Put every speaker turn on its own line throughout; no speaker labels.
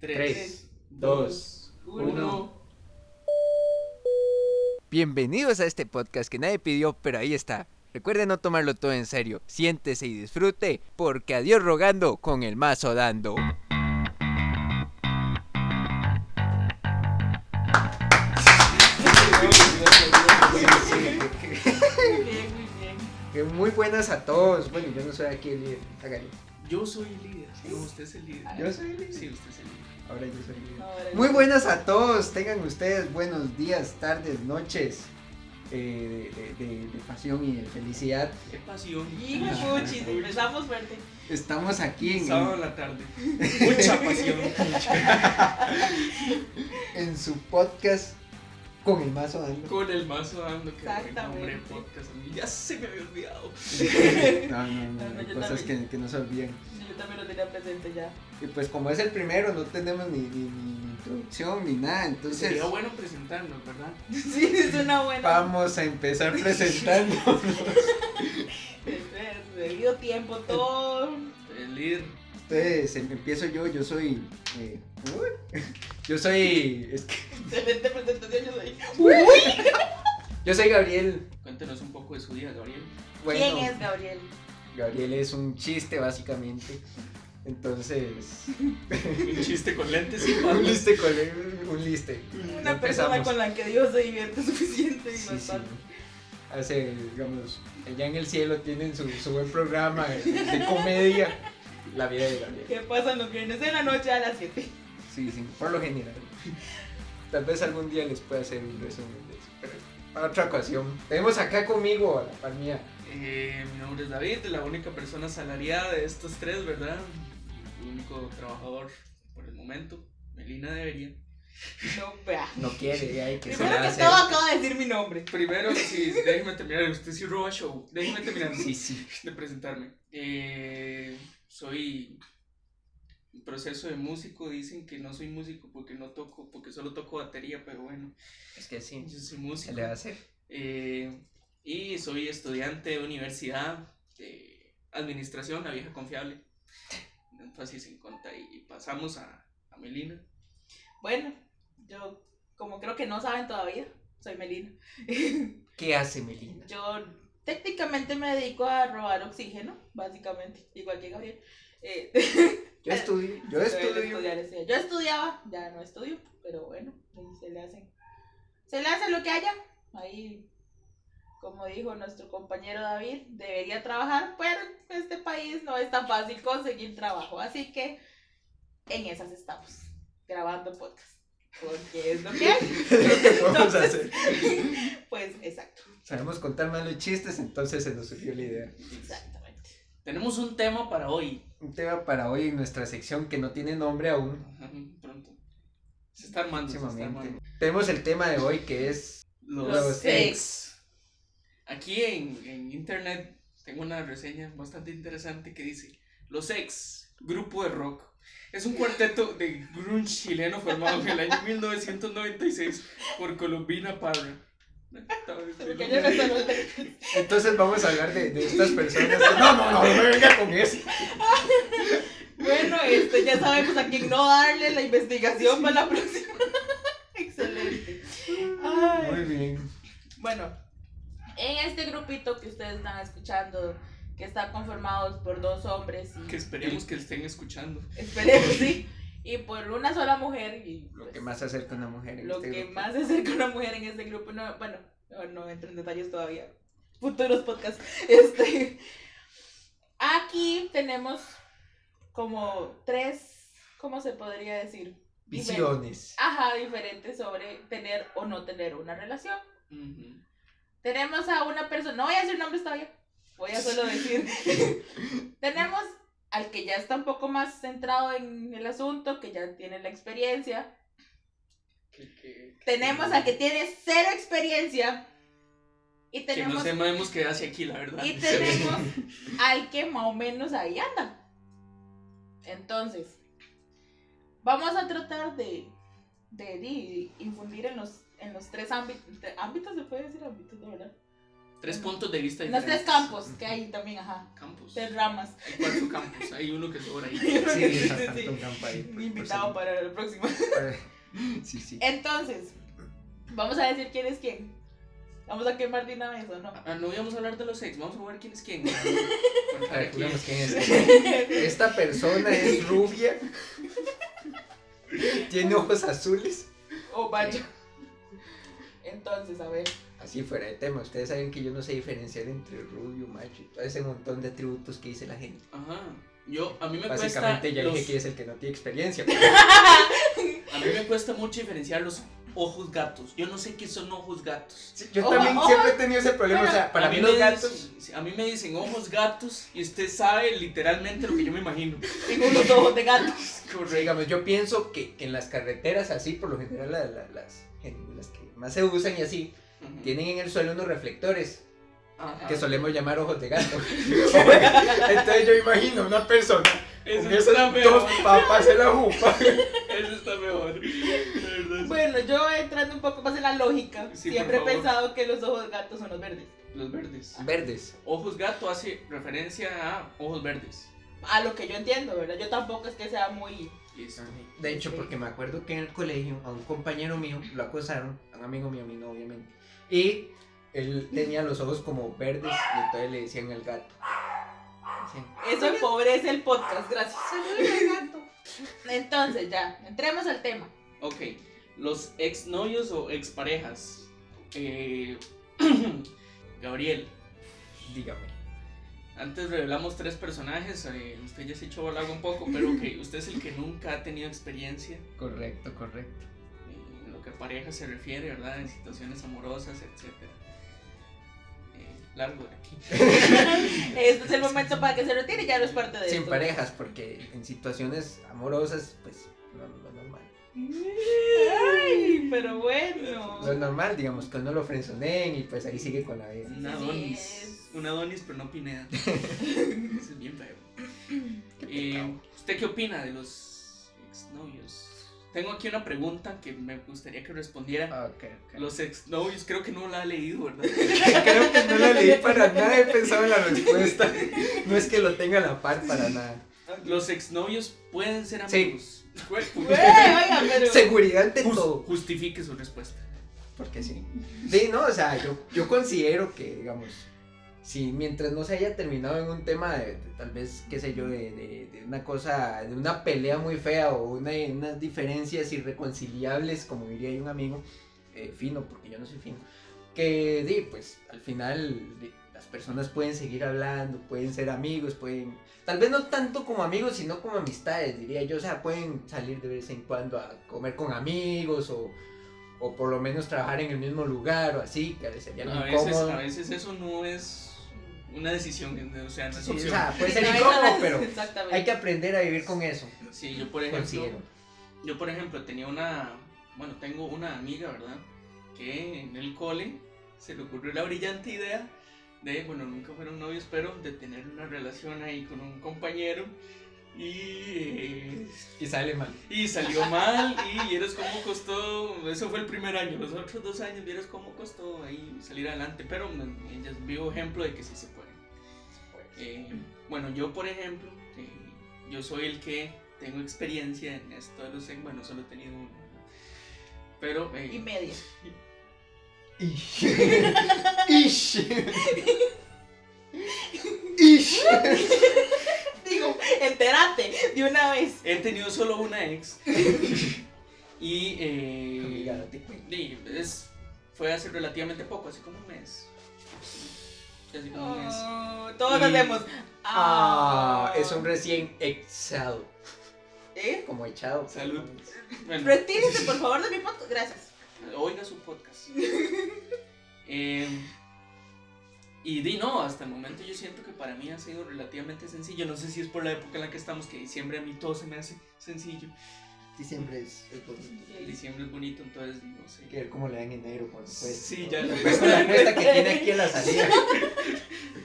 3, 2, 1.
Bienvenidos a este podcast que nadie pidió, pero ahí está. Recuerde no tomarlo todo en serio, siéntese y disfrute, porque adiós rogando con el mazo dando.
Muy bien, muy bien.
Muy buenas a todos. Bueno, yo no soy aquí el líder. Hágale.
Yo soy el líder. No, usted es el líder.
Yo soy el líder.
Sí, usted es el líder.
Ahora yo soy el líder.
Ahora
Muy
yo-
buenas a todos, tengan ustedes buenos días, tardes, noches eh, de, de- de- de pasión y de felicidad.
Qué pasión.
Hijo de puchis, empezamos fuerte.
Estamos aquí en,
Sábado en la tarde. Mucha pasión.
en su podcast con el mazo dando.
Con el mazo dando que buen nombre de
Exactamente.
podcast. A mí ya se me había olvidado.
No, no, no, hay
Yo
cosas que, que no se olvidan.
Yo también lo tenía presente ya.
Y pues como es el primero, no tenemos ni, ni- ni introducción ni nada, entonces
Sería bueno presentarnos, ¿verdad?
Sí, es una buena.
vamos a empezar presentando.
Este, Debido tiempo, todo.
El líder.
Entonces em- empiezo yo, yo soy... eh, uy, yo soy... es que-
Excelente presentación, yo soy.
yo soy Gabriel.
Cuéntenos un poco de su día, Gabriel.
Bueno,
¿Quién es Gabriel?
Gabriel es un chiste básicamente. Entonces,
Un chiste con lentes y
un
patas.
liste con un liste.
Una persona con la que Dios se divierte suficiente y
Sí, sí.
bastante.
Hace, digamos, allá en el cielo tienen su, su buen programa de, de comedia. La vida de Gabriel.
¿Qué pasa los viernes en la noche a las 7?
Sí, sí, por lo general. Tal vez algún día les pueda hacer un resumen de eso. Pero para otra ocasión. Tenemos acá conmigo a la par mía.
Eh, mi nombre es David, la única persona asalariada de estos tres, ¿verdad? El único trabajador por el momento. Melina debería.
No, vea.
No quiere, hay que se
Primero
la
que
hace.
todo, acaba de decir mi nombre.
Primero, sí, déjeme terminar. Usted sí roba show. Déjeme terminar
Sí, sí.
de presentarme. Eh, soy en proceso de músico. Dicen que no soy músico porque no toco, porque solo toco batería, pero bueno,
Es que sí.
yo soy
Se
músico.
le va a hacer.
Eh, y soy estudiante de universidad de administración, la vieja confiable. Un Énfasis en conta y pasamos a, a Melina.
Bueno, yo, como creo que no saben todavía, soy Melina.
¿Qué hace Melina?
Yo técnicamente me dedico a robar oxígeno, básicamente, igual que Gabriel. Eh,
Yo estudio. Yo
pero él
estudio.
estudiar ese- yo estudiaba, ya no estudio, pero bueno, ahí se le hacen. Se le hace lo que haya. Ahí, como dijo nuestro compañero David, debería trabajar, pero en este país no es tan fácil conseguir trabajo. Así que en esas estamos, grabando podcast. Porque es lo que hay.
lo que podemos hacer.
Pues exacto,
Sabemos contar mal los chistes, entonces se nos surgió la idea.
exactamente.
Tenemos un tema para hoy.
Un tema para hoy en nuestra sección que no tiene nombre aún.
Ajá, Pronto. Se está armando. Se está armando.
Próximamente. Tenemos el tema de hoy que es.
Los,
Los
ex.
ex.
Aquí en, en internet tengo una reseña bastante interesante que dice: Los ex, grupo de rock. Es un cuarteto de grunge chileno formado en el año 1996 por Colombina Parra.
Porque yo no sé los textos.
Entonces vamos a hablar de, de estas personas. que- No, no, no, no me venga con eso.
Bueno, este, ya sabemos a quién no darle la investigación para la próxima. Excelente. Ay.
Muy bien.
Bueno, en este grupito que ustedes están escuchando, que está conformado por dos hombres y
Que esperemos que estén escuchando.
esperemos, sí, y por una sola mujer y
Lo
pues,
que más se acerca a una mujer. en
lo
este
que
grupo.
más se acerca a una mujer en este grupo, no, bueno, no, no entro en detalles todavía, futuros podcasts, este, aquí tenemos como tres, ¿cómo se podría decir?
Visiones.
Ajá, diferentes sobre tener o no tener una relación.
Ujú.
Tenemos a una persona, no voy a decir nombres todavía, voy a solo decir. Tenemos al que ya está un poco más centrado en el asunto, que ya tiene la experiencia.
Que- que-
Tenemos al que tiene cero experiencia. Y
Que no
tenemos,
sabemos qué hace aquí, la verdad.
y tenemos al que más o menos ahí anda. Entonces, vamos a tratar de, de, de infundir en los, en los tres ámbitos. ¿Ámbitos se puede decir ámbitos, no, verdad?
Tres puntos de vista
Los tres
diferentes.
campos que hay también, ajá.
Campos.
Tres ramas.
Hay cuatro campos. Hay uno que sobra ahí.
Sí,
Sí,
exacto,
sí.
un campo ahí, por- por
Invitado
seguir.
para Eh, el próximo.
Sí, sí.
Entonces, vamos a decir quién es quién. Vamos a quemar de una vez o no.
Ah, no íbamos a hablar de los ex, vamos a jugar quién es quién.
A ver,
Para quién.
juremos quién es. Esta persona es rubia. Tiene ojos azules.
Oh, vaya. Entonces, a ver.
Así fuera de tema, ustedes saben que yo no sé diferenciar entre rubio, macho y todo ese montón de atributos que dice la gente.
Ajá. Yo, a mí me cuesta.
Básicamente ya
los-
dije que es el que no tiene experiencia. pues.
A mí me cuesta mucho diferenciar los ojos gatos. Yo no sé qué son ojos gatos.
Sí, yo
Ojo,
también
oh,
ojo.
siempre he tenido ese problema. O sea, para
A
mí
me
los
dicen-
gatos.
a mí me dicen ojos gatos y usted sabe literalmente lo que yo me imagino.
Tengo unos ojos de gato.
Correcto. Digamos, yo pienso que, que en las carreteras así, por lo general, la- la- las, en las que más se usan y así,
Ujú.
tienen en el suelo unos reflectores.
Ajá.
que solemos llamar ojos de gato. Entonces yo imagino una persona
Eso
con
está
esas
mejor.
dos papas en la jupa.
Eso está mejor. La verdad,
Bueno, yo entrando un poco más en la lógica,
Sí,
siempre he
por favor.
pensado que los ojos de gato son los verdes.
Los verdes.
Verdes.
Ojos gato hace referencia a ojos verdes.
A lo que yo entiendo, ¿verdad? Yo tampoco es que sea muy.
Listo.
De hecho, porque me acuerdo que en el colegio a un compañero mío lo acosaron, a un amigo mío, a mí no, obviamente. Y él tenía los ojos como verdes y entonces le decían el gato. Decían,
Eso empobrece el podcast, gracias. Entonces, ya, entremos al tema.
Ok, los exnovios o exparejas. Eh, Gabriel,
Dígame.
antes revelamos tres personajes, eh, usted ya se echó al agua un poco, pero ok, usted es el que nunca ha tenido experiencia
Correcto, correcto.
eh, en lo que a pareja se refiere, ¿verdad? En situaciones amorosas, etc. Eh, largo de aquí.
Este es el momento para que se retire, ya no es parte de
Sin
esto.
parejas, porque en situaciones amorosas, pues no, no es normal.
Ay, pero bueno.
No es normal, digamos, que no lo frenzonen y pues ahí sigue con la vida.
Un Adonis,
es.
un Adonis, pero no Pineda. Eso es bien feo. Eh, ¿Usted qué opina de los exnovios? Tengo aquí una pregunta que me gustaría que respondiera.
Ok, Ah, ok.
Los exnovios, creo que no la ha leído, ¿verdad?
Creo que no la leí para nada, he pensado en la respuesta. No es que lo tenga a la par para nada.
Los exnovios pueden ser
Ah, Sí.
amigos. Jue- ju-
Güey, oiga, pero.
Seguridad de
jus-
todo.
Justifique su respuesta.
Porque sí. Sí, no, o sea, yo, yo considero que, digamos, si mientras no se haya terminado en un tema de, de tal vez, qué sé yo, de, de- de una cosa, de una pelea muy fea o una- unas diferencias irreconciliables, como diría ahí un amigo, eh, fino, porque yo no soy fino, que sí, pues al final di, las personas pueden seguir hablando, pueden ser amigos, pueden, tal vez no tanto como amigos, sino como amistades, diría yo, o sea, pueden salir de vez en cuando a comer con amigos o, o por lo menos trabajar en el mismo lugar o así, que sería
A veces,
incómodo.
a veces eso no es una decisión, o sea, no es
Sí, o
opción.
sea, puede ser
Pero
incómodo,
eso-
pero
Exactamente.
hay que aprender a vivir con eso,
Sí, yo por ejemplo,
considero.
yo por ejemplo tenía una, bueno, tengo una amiga, ¿verdad? Que en el cole se le ocurrió la brillante idea de, bueno, nunca fueron novios, pero de tener una relación ahí con un compañero y eh,
Y sale mal.
Y salió mal y vieras cómo costó, eso fue el primer año, los otros dos años vieras cómo costó ahí salir adelante, pero mm, ella es vivo ejemplo de que sí se puede. Eh, bueno, yo por ejemplo, eh, yo soy el que tengo experiencia en esto de los, bueno, solo he tenido uno, ¿no? pero eh,
Y media.
Ish. Ish. Ish.
Digo, entérate de una vez.
he tenido solo una ex y eh,
Amiga, no te cuento.
Sí, es- fue hace relativamente poco, hace como un mes. Sí, Hace como un mes.
Oh, todos
Y-
hacemos.
Ah,
Ah.
es un recién echado.
¿Eh?
Como echado.
Salud. Bueno,
Retírese, por favor, de mi podcast. Gracias.
oiga su podcast. Eh, y di no, hasta el momento yo siento que para mí ha sido relativamente sencillo. No sé si es por la época en la que estamos, que diciembre a mí todo se me hace sencillo.
Diciembre es el bonito.
Diciembre es bonito, entonces no sé.
Hay que ver cómo le dan enero cuando puede.
Sí, ya lo-
lo Con la cuesta que tiene aquí en la salida.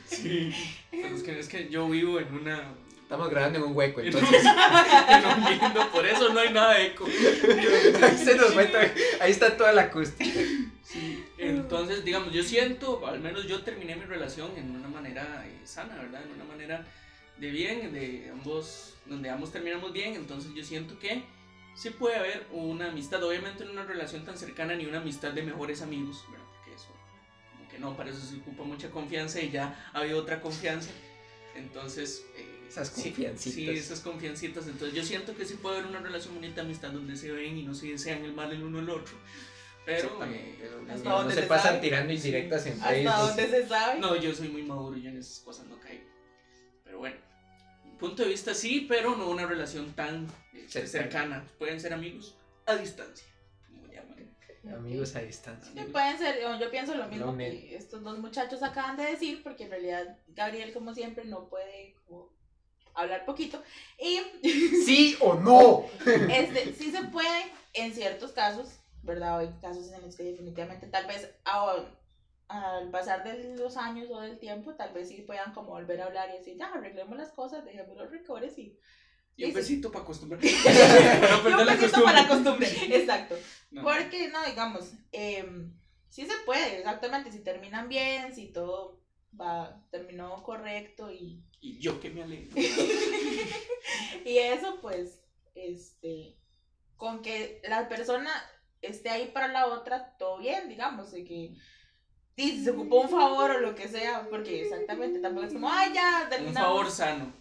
Sí. Pero es, que, es que yo vivo en una.
Estamos grabando en un hueco, Pues entonces.
en un lindo, por eso no hay nada de eco.
ahí se nos fue todo- Ahí está toda la acústica.
Sí, en- Entonces, digamos, yo siento, al menos yo terminé mi relación en una manera eh, sana, ¿verdad? En una manera de bien, de ambos, donde ambos terminamos bien, entonces yo siento que sí puede haber una amistad, obviamente en una relación tan cercana ni una amistad de mejores amigos, ¿verdad? Porque eso, como que no, para eso se ocupa mucha confianza y ya había otra confianza, entonces... eh,
Esas
sí,
confiancitas.
Sí, esas confiancitas, entonces yo siento que sí puede haber una relación bonita, amistad donde se ven y no se desean el mal el uno al otro, pero... eh,
Exactamente, pero
hasta
no
donde
se
se
pasan
sabe.
tirando indirectas en
Hasta
Facebook.
donde se sabe.
No, yo soy muy maduro, yo en esas cosas no caigo. Pero bueno, mi punto de vista sí, pero no una relación tan eh,
Cercana.
cercana. Pueden ser amigos a distancia. como llaman.
Amigos a distancia.
Sí, pueden ser, yo- yo pienso lo mismo
Lo me-
que estos dos muchachos acaban de decir, porque en realidad Gabriel, como siempre, no puede como, hablar poquito. Y
¿Sí o no?
este, sí se puede en ciertos casos, ¿verdad? Hay casos en los que definitivamente tal vez a- al pasar de los años o del tiempo, tal vez sí puedan como volver a hablar y decir, ya, arreglemos las cosas, dejemos los rencores y...
Y un
Sí, sí.
besito para acostumbrar. para
y un
perder la
besito para la
costumbre.
costumbre, exacto.
No,
Porque, no, digamos, em, sí se puede, exactamente, si terminan bien, si todo va, terminó correcto y,
Y yo que me alegro.
y eso, pues, este, con que la persona esté ahí para la otra, todo bien, digamos, de que y si se ocupó un favor o lo que sea, porque exactamente, tampoco es como, ay, ya,
Un
terminamos.
favor sano.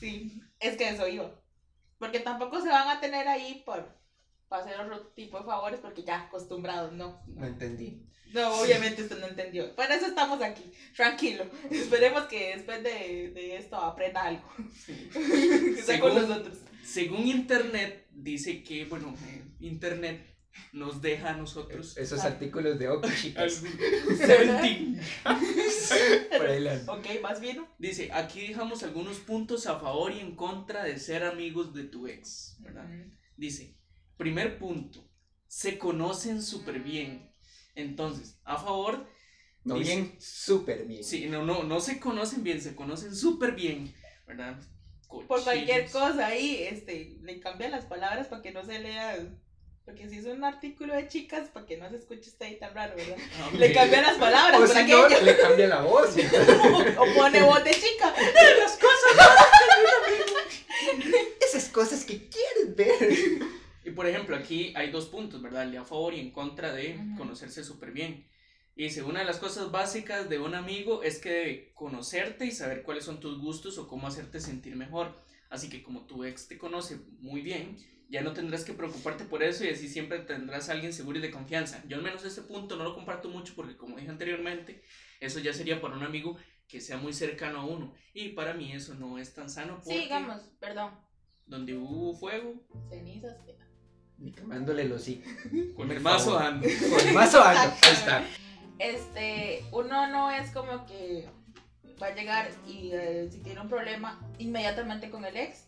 Sí, es que eso iba. Porque tampoco se van a tener ahí por, para hacer otro tipo de favores, porque ya acostumbrados, no.
No entendí.
No, obviamente usted no entendió. Para eso estamos aquí. Tranquilo. Esperemos que después de, de esto aprenda algo. que sea con
Según-
nosotros.
Según internet, dice que, bueno, eh, internet nos deja a nosotros.
Eh,
Esos artículos de Oki, chicas.
algún- 17.
Por ahí las-
Ok, más vino.
Dice, aquí dejamos algunos puntos a favor y en contra de ser amigos de tu ex, ¿verdad? Dice, primer punto, se conocen súper bien. Entonces, a favor,
No
Dice-
bien, súper bien.
sí, no, no, no se conocen bien, se conocen súper bien, ¿verdad?
Por cualquier
Cochinos.
cosa ahí, este, le cambian las palabras para que no se lea. Porque si es un artículo de chicas, para que no se escuche usted ahí tan raro, ¿verdad?
Ah, ok.
Le cambian las palabras
O
por
si
aquello.
no, le cambia la voz.
o pone voz de chica.
Las cosas.
Esas cosas que quieres ver.
Y por ejemplo, aquí hay dos puntos, ¿verdad? El de a favor y en contra de
Ujú.
conocerse súper bien. Y dice, una de las cosas básicas de un amigo es que debe conocerte y saber cuáles son tus gustos o cómo hacerte sentir mejor. Así que como tu ex te conoce muy bien, ya no tendrás que preocuparte por eso y así siempre tendrás a alguien seguro y de confianza. Yo al menos este punto no lo comparto mucho porque como dije anteriormente, eso ya sería para un amigo que sea muy cercano a uno. Y para mí eso no es tan sano porque
Sí, digamos, perdón.
donde hubo fuego,
Cenizas.
Y quemándole los hijos.
con
Por
el mazo
favor.
ando.
Más o menos. Ahí está.
este, uno no es como que va a llegar y eh, si tiene un problema inmediatamente con el ex,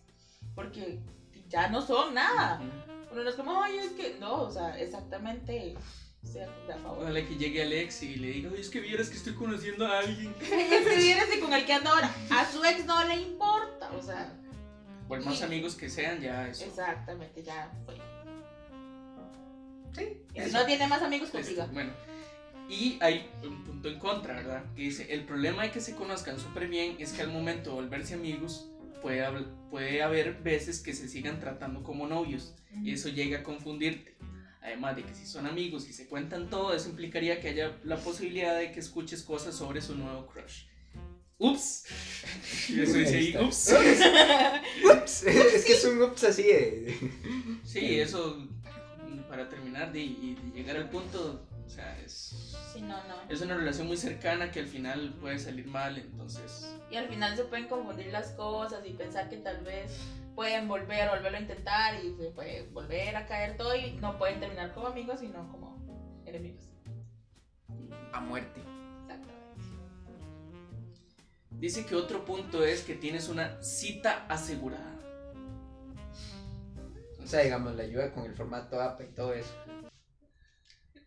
porque ya no son nada.
Ujú.
Uno no es como, ay, es que no, o sea, exactamente, o sea, a favor.
Ojalá que llegue Alex y le diga, "Ay, es que vieras que estoy conociendo a alguien.
Ese viene así con el que anda ahora, a su ex no le importa, o sea,
Por más
Y-
amigos que sean, ya eso.
exactamente, ya fue.
Sí.
Y si no tiene más amigos pues
Este,
contigo.
bueno. Y hay un punto en contra, ¿verdad? Que dice, el problema de que se conozcan súper bien es que al momento de volverse amigos puede, habl- puede haber veces que se sigan tratando como novios y eso llega a confundirte. Además de que si son amigos y se cuentan todo, eso implicaría que haya la posibilidad de que escuches cosas sobre su nuevo crush. Ups. Yo soy
Ahí
ahí,
está.
ups.
Ups. Es que es un ups así de.
Sí, eso mm, para terminar de, y de llegar al punto, o sea, es,
Sí, no, no.
es una relación muy cercana que al final puede salir mal, entonces...
Y al final se pueden confundir las cosas y pensar que tal vez pueden volver, volverlo a intentar y se puede volver a caer todo y no pueden terminar como amigos, sino como enemigos.
A muerte.
Exactamente.
Dice que otro punto es que tienes una cita asegurada.
O sea, digamos, la ayuda con el formato APA y todo eso.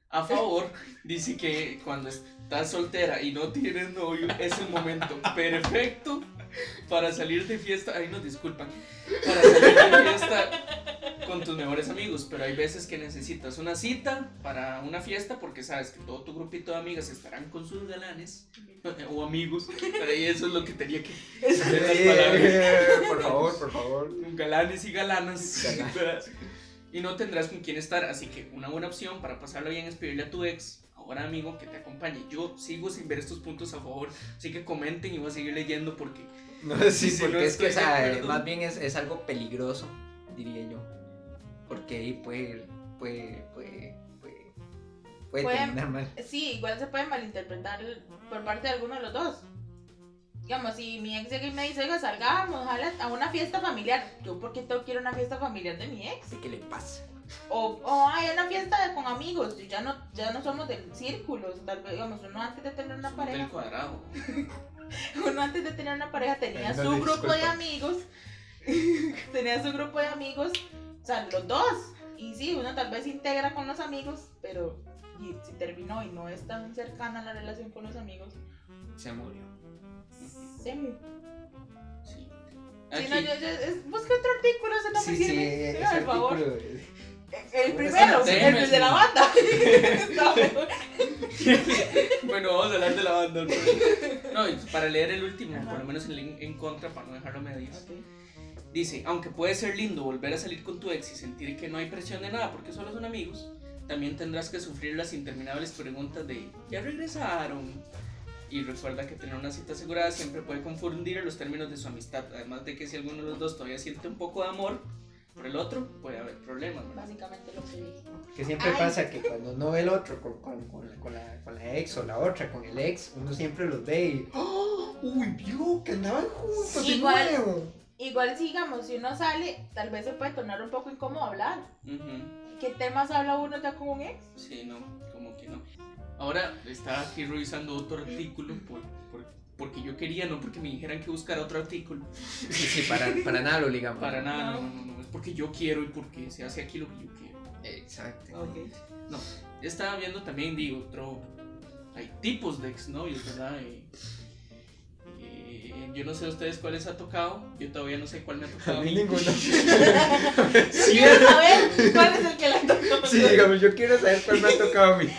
A favor, dice que cuando estás soltera y no tienes novio, es el momento perfecto para salir de fiesta. Ay, nos disculpan. Para salir de fiesta con tus mejores amigos, pero hay veces que necesitas una cita para una fiesta porque sabes que todo tu grupito de amigas estarán con sus galanes eh, o amigos, pero ahí eso es lo que tenía que
por favor, por favor.
galanes y galanas.
Galanes.
¿verdad? Y no tendrás con quién estar, así que una buena opción para pasarlo bien es pedirle a tu ex, ahora amigo, que te acompañe. Yo sigo sin ver estos puntos a favor, así que comenten y voy a seguir leyendo porque
No, sí,
Sí,
porque
no
es que,
estoy
o
de
sea, eh,
acuerdo.
más bien es, es algo peligroso, diría yo. Porque ahí puede, puede, puede, puede, puede
Puede-
terminar mal.
Sí, igual se puede malinterpretar por parte de alguno de los dos. Digamos, si mi ex llega y me dice, oiga, salgamos, ojalá a una fiesta familiar. Yo, ¿por qué tengo que ir a una fiesta familiar de mi ex?
Así que le pasa.
O, o hay una fiesta de- con amigos, y ya no, ya no somos del círculo. Tal vez, digamos, uno antes de tener una
es un hotel
pareja,
cuadrado.
uno antes de tener una pareja tenía
Perdón,
su grupo de
disculpa.
amigos. tenía su grupo de amigos, o sea, los dos. Y sí, uno tal vez se integra con los amigos, pero y si terminó y no es tan cercana la relación con los amigos.
Se murió.
Sí.
Sí.
Sí,
Aquí-
no, yo, yo- es- busca otro artículo, ese no me sirve.
ese
Por favor. Eh,
artículo-
El
Bueno,
primero,
sí,
el
sí.
de la banda. Está mejor.
bueno, vamos a hablar de la banda. No, No, y para leer el último,
Ajá.
por lo menos en, en contra, para no dejarlo a medias. Dice, aunque puede ser lindo volver a salir con tu ex y sentir que no hay presión de nada porque solo son amigos, también tendrás que sufrir las interminables preguntas de ¿ya regresaron? Y recuerda que tener una cita asegurada siempre puede confundir los términos de su amistad, además de que si alguno de los dos todavía siente un poco de amor por el otro, puede haber problemas, ¿verdad?
Básicamente lo que dije.
Que siempre
Ay.
pasa que cuando uno ve el otro con, con- con la, con la- con la ex o la otra, con el ex, uno siempre los ve y. ¡Oh! ¡Uy, vio! Que andaban juntos de
Igual.
nuevo.
Igual, sigamos, si uno sale, tal vez se puede tornar un poco incómodo hablar.
Ujú,
¿Qué temas habla uno ya con un ex?
Sí, no, como que no. Ahora estaba aquí revisando otro artículo por- por- porque yo quería, no porque me dijeran que buscara otro artículo.
Sí, sí, para, para nada lo ligamos.
Para nada, no, no, no, es porque yo quiero y porque se hace aquí lo que yo quiero.
Exacto.
Estaba viendo también, digo, otro. Hay tipos de exnovios, ¿verdad? Eh, eh, yo no sé a ustedes cuáles ha tocado, yo todavía no sé cuál me ha
A
tocado. a
mí
mí.
ninguno.
Yo quiero saber cuál es el que la tocó.
Sí, digamos, yo quiero saber cuál me ha tocado a mí.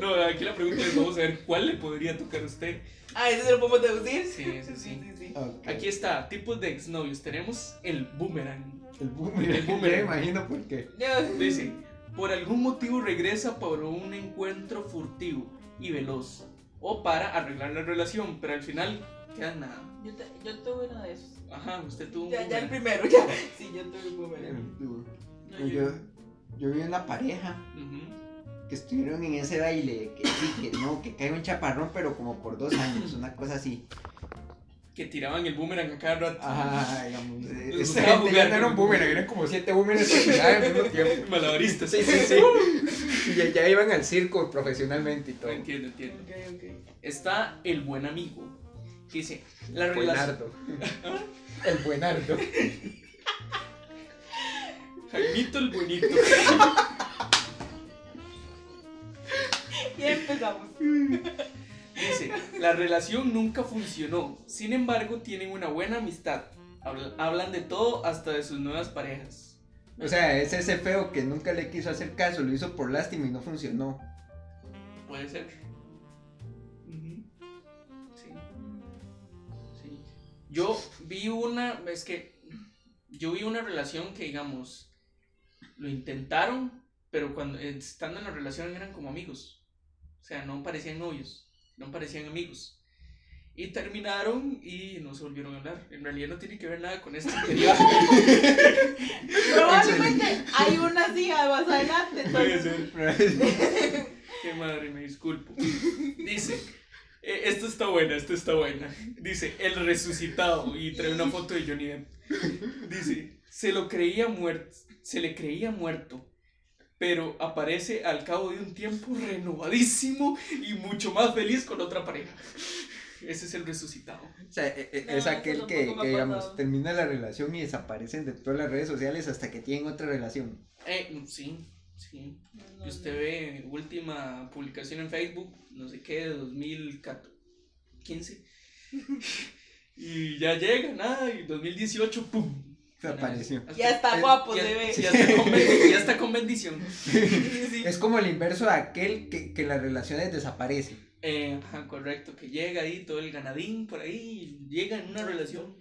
No, aquí la pregunta es: vamos a ver cuál le podría tocar a usted.
Ah, eso se lo podemos deducir.
Sí, eso sí.
sí.
Aquí está, tipos de exnovios. Tenemos el boomerang.
El boomer.
El boomerang.
Me imagino por qué.
Yo-
Dice: por algún motivo regresa por un encuentro furtivo y veloz, o para arreglar la relación, pero al final queda nada.
Yo, te- yo tuve uno de esos.
Ajá, usted tuvo un
Ya, ya el
boomerang.
primero, ya. Sí, yo tuve un boomerang.
No,
Yo,
yo-
yo vi una pareja
Ujú.
que estuvieron en ese baile, que sí, que no, que cae un chaparrón, pero como por dos años, una cosa así.
Que tiraban el boomerang a cada rato.
Ajá, digamos. eh,
Les
esta
gustaba
gente
jugar.
ya no eran boomerang, eran como siete boomerangs que tiraban al mismo tiempo.
Malabaristas.
Sí, sí, sí. Y ya, ya iban al circo profesionalmente y todo.
Entiendo, entiendo.
Ok, ok.
Está el buen amigo. Que dice, la relación.
Buenardo. El buenardo.
Jaimito el buenito.
Ya empezamos.
Dice, la relación nunca funcionó. Sin embargo, tienen una buena amistad. Habla- Hablan de todo hasta de sus nuevas parejas.
O sea, es ese feo que nunca le quiso hacer caso, lo hizo por lástima y no funcionó.
Puede ser. Ujú. Sí. Sí. Yo vi una, es que yo vi una relación que, digamos, lo intentaron, pero cuando eh, estando en la relación eran como amigos. O sea, no parecían novios, no parecían amigos. Y terminaron y no se volvieron a hablar. En realidad no tiene que ver nada con esto. anterior.
Probablemente hay una silla más adelante.
Puede
Entonces,
ser. Qué madre, me disculpo. Dice, eh, esto está buena, esto está buena. Dice, el resucitado y trae una foto de Johnny Depp. Dice, se lo creía muerto, se le creía muerto, pero aparece al cabo de un tiempo renovadísimo y mucho más feliz con otra pareja. Ese es el resucitado.
O sea, e- e-
No,
es
eso
aquel
tampoco
que,
me ha
que, digamos,
pasado.
termina la relación y desaparecen de todas las redes sociales hasta que tienen otra relación.
Eh, sí, sí.
No,
Y usted ve última publicación en Facebook, no sé qué, de 2015. y ya llega, nada, y 2018, ¡pum!
Se apareció.
Ya está pues,
Eh,
guapo,
Ya,
se ve.
ya está con ben- ya está con bendición.
Sí, sí.
Es como el inverso de aquel que, que en las relaciones desaparece.
Eh, ajá, correcto, que llega ahí todo el ganadín por ahí, llega en una relación,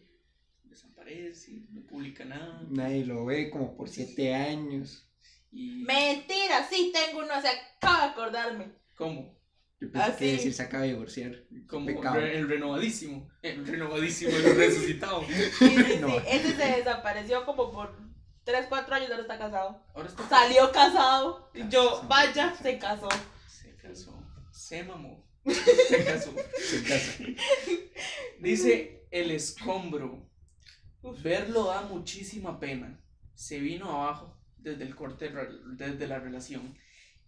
desaparece, no publica nada.
Nadie lo ve como por siete años.
Y...
Mentira, sí tengo uno, se acaba de acordarme.
¿Cómo?
Yo pensé
Ah,
que
sí.
decir se acaba de divorciar.
Como
Pecado.
re- el renovadísimo, el renovadísimo, el resucitado.
Sí, sí, sí,
No.
Ese se desapareció como por 3, 4 años, ahora está casado.
Ahora está
Salió casado. Y yo,
Casado.
vaya, se casó.
Se casó. Se mamó. Se casó.
Se casa.
Dice el escombro. Verlo da muchísima pena. Se vino abajo desde el corte, de re- desde la relación.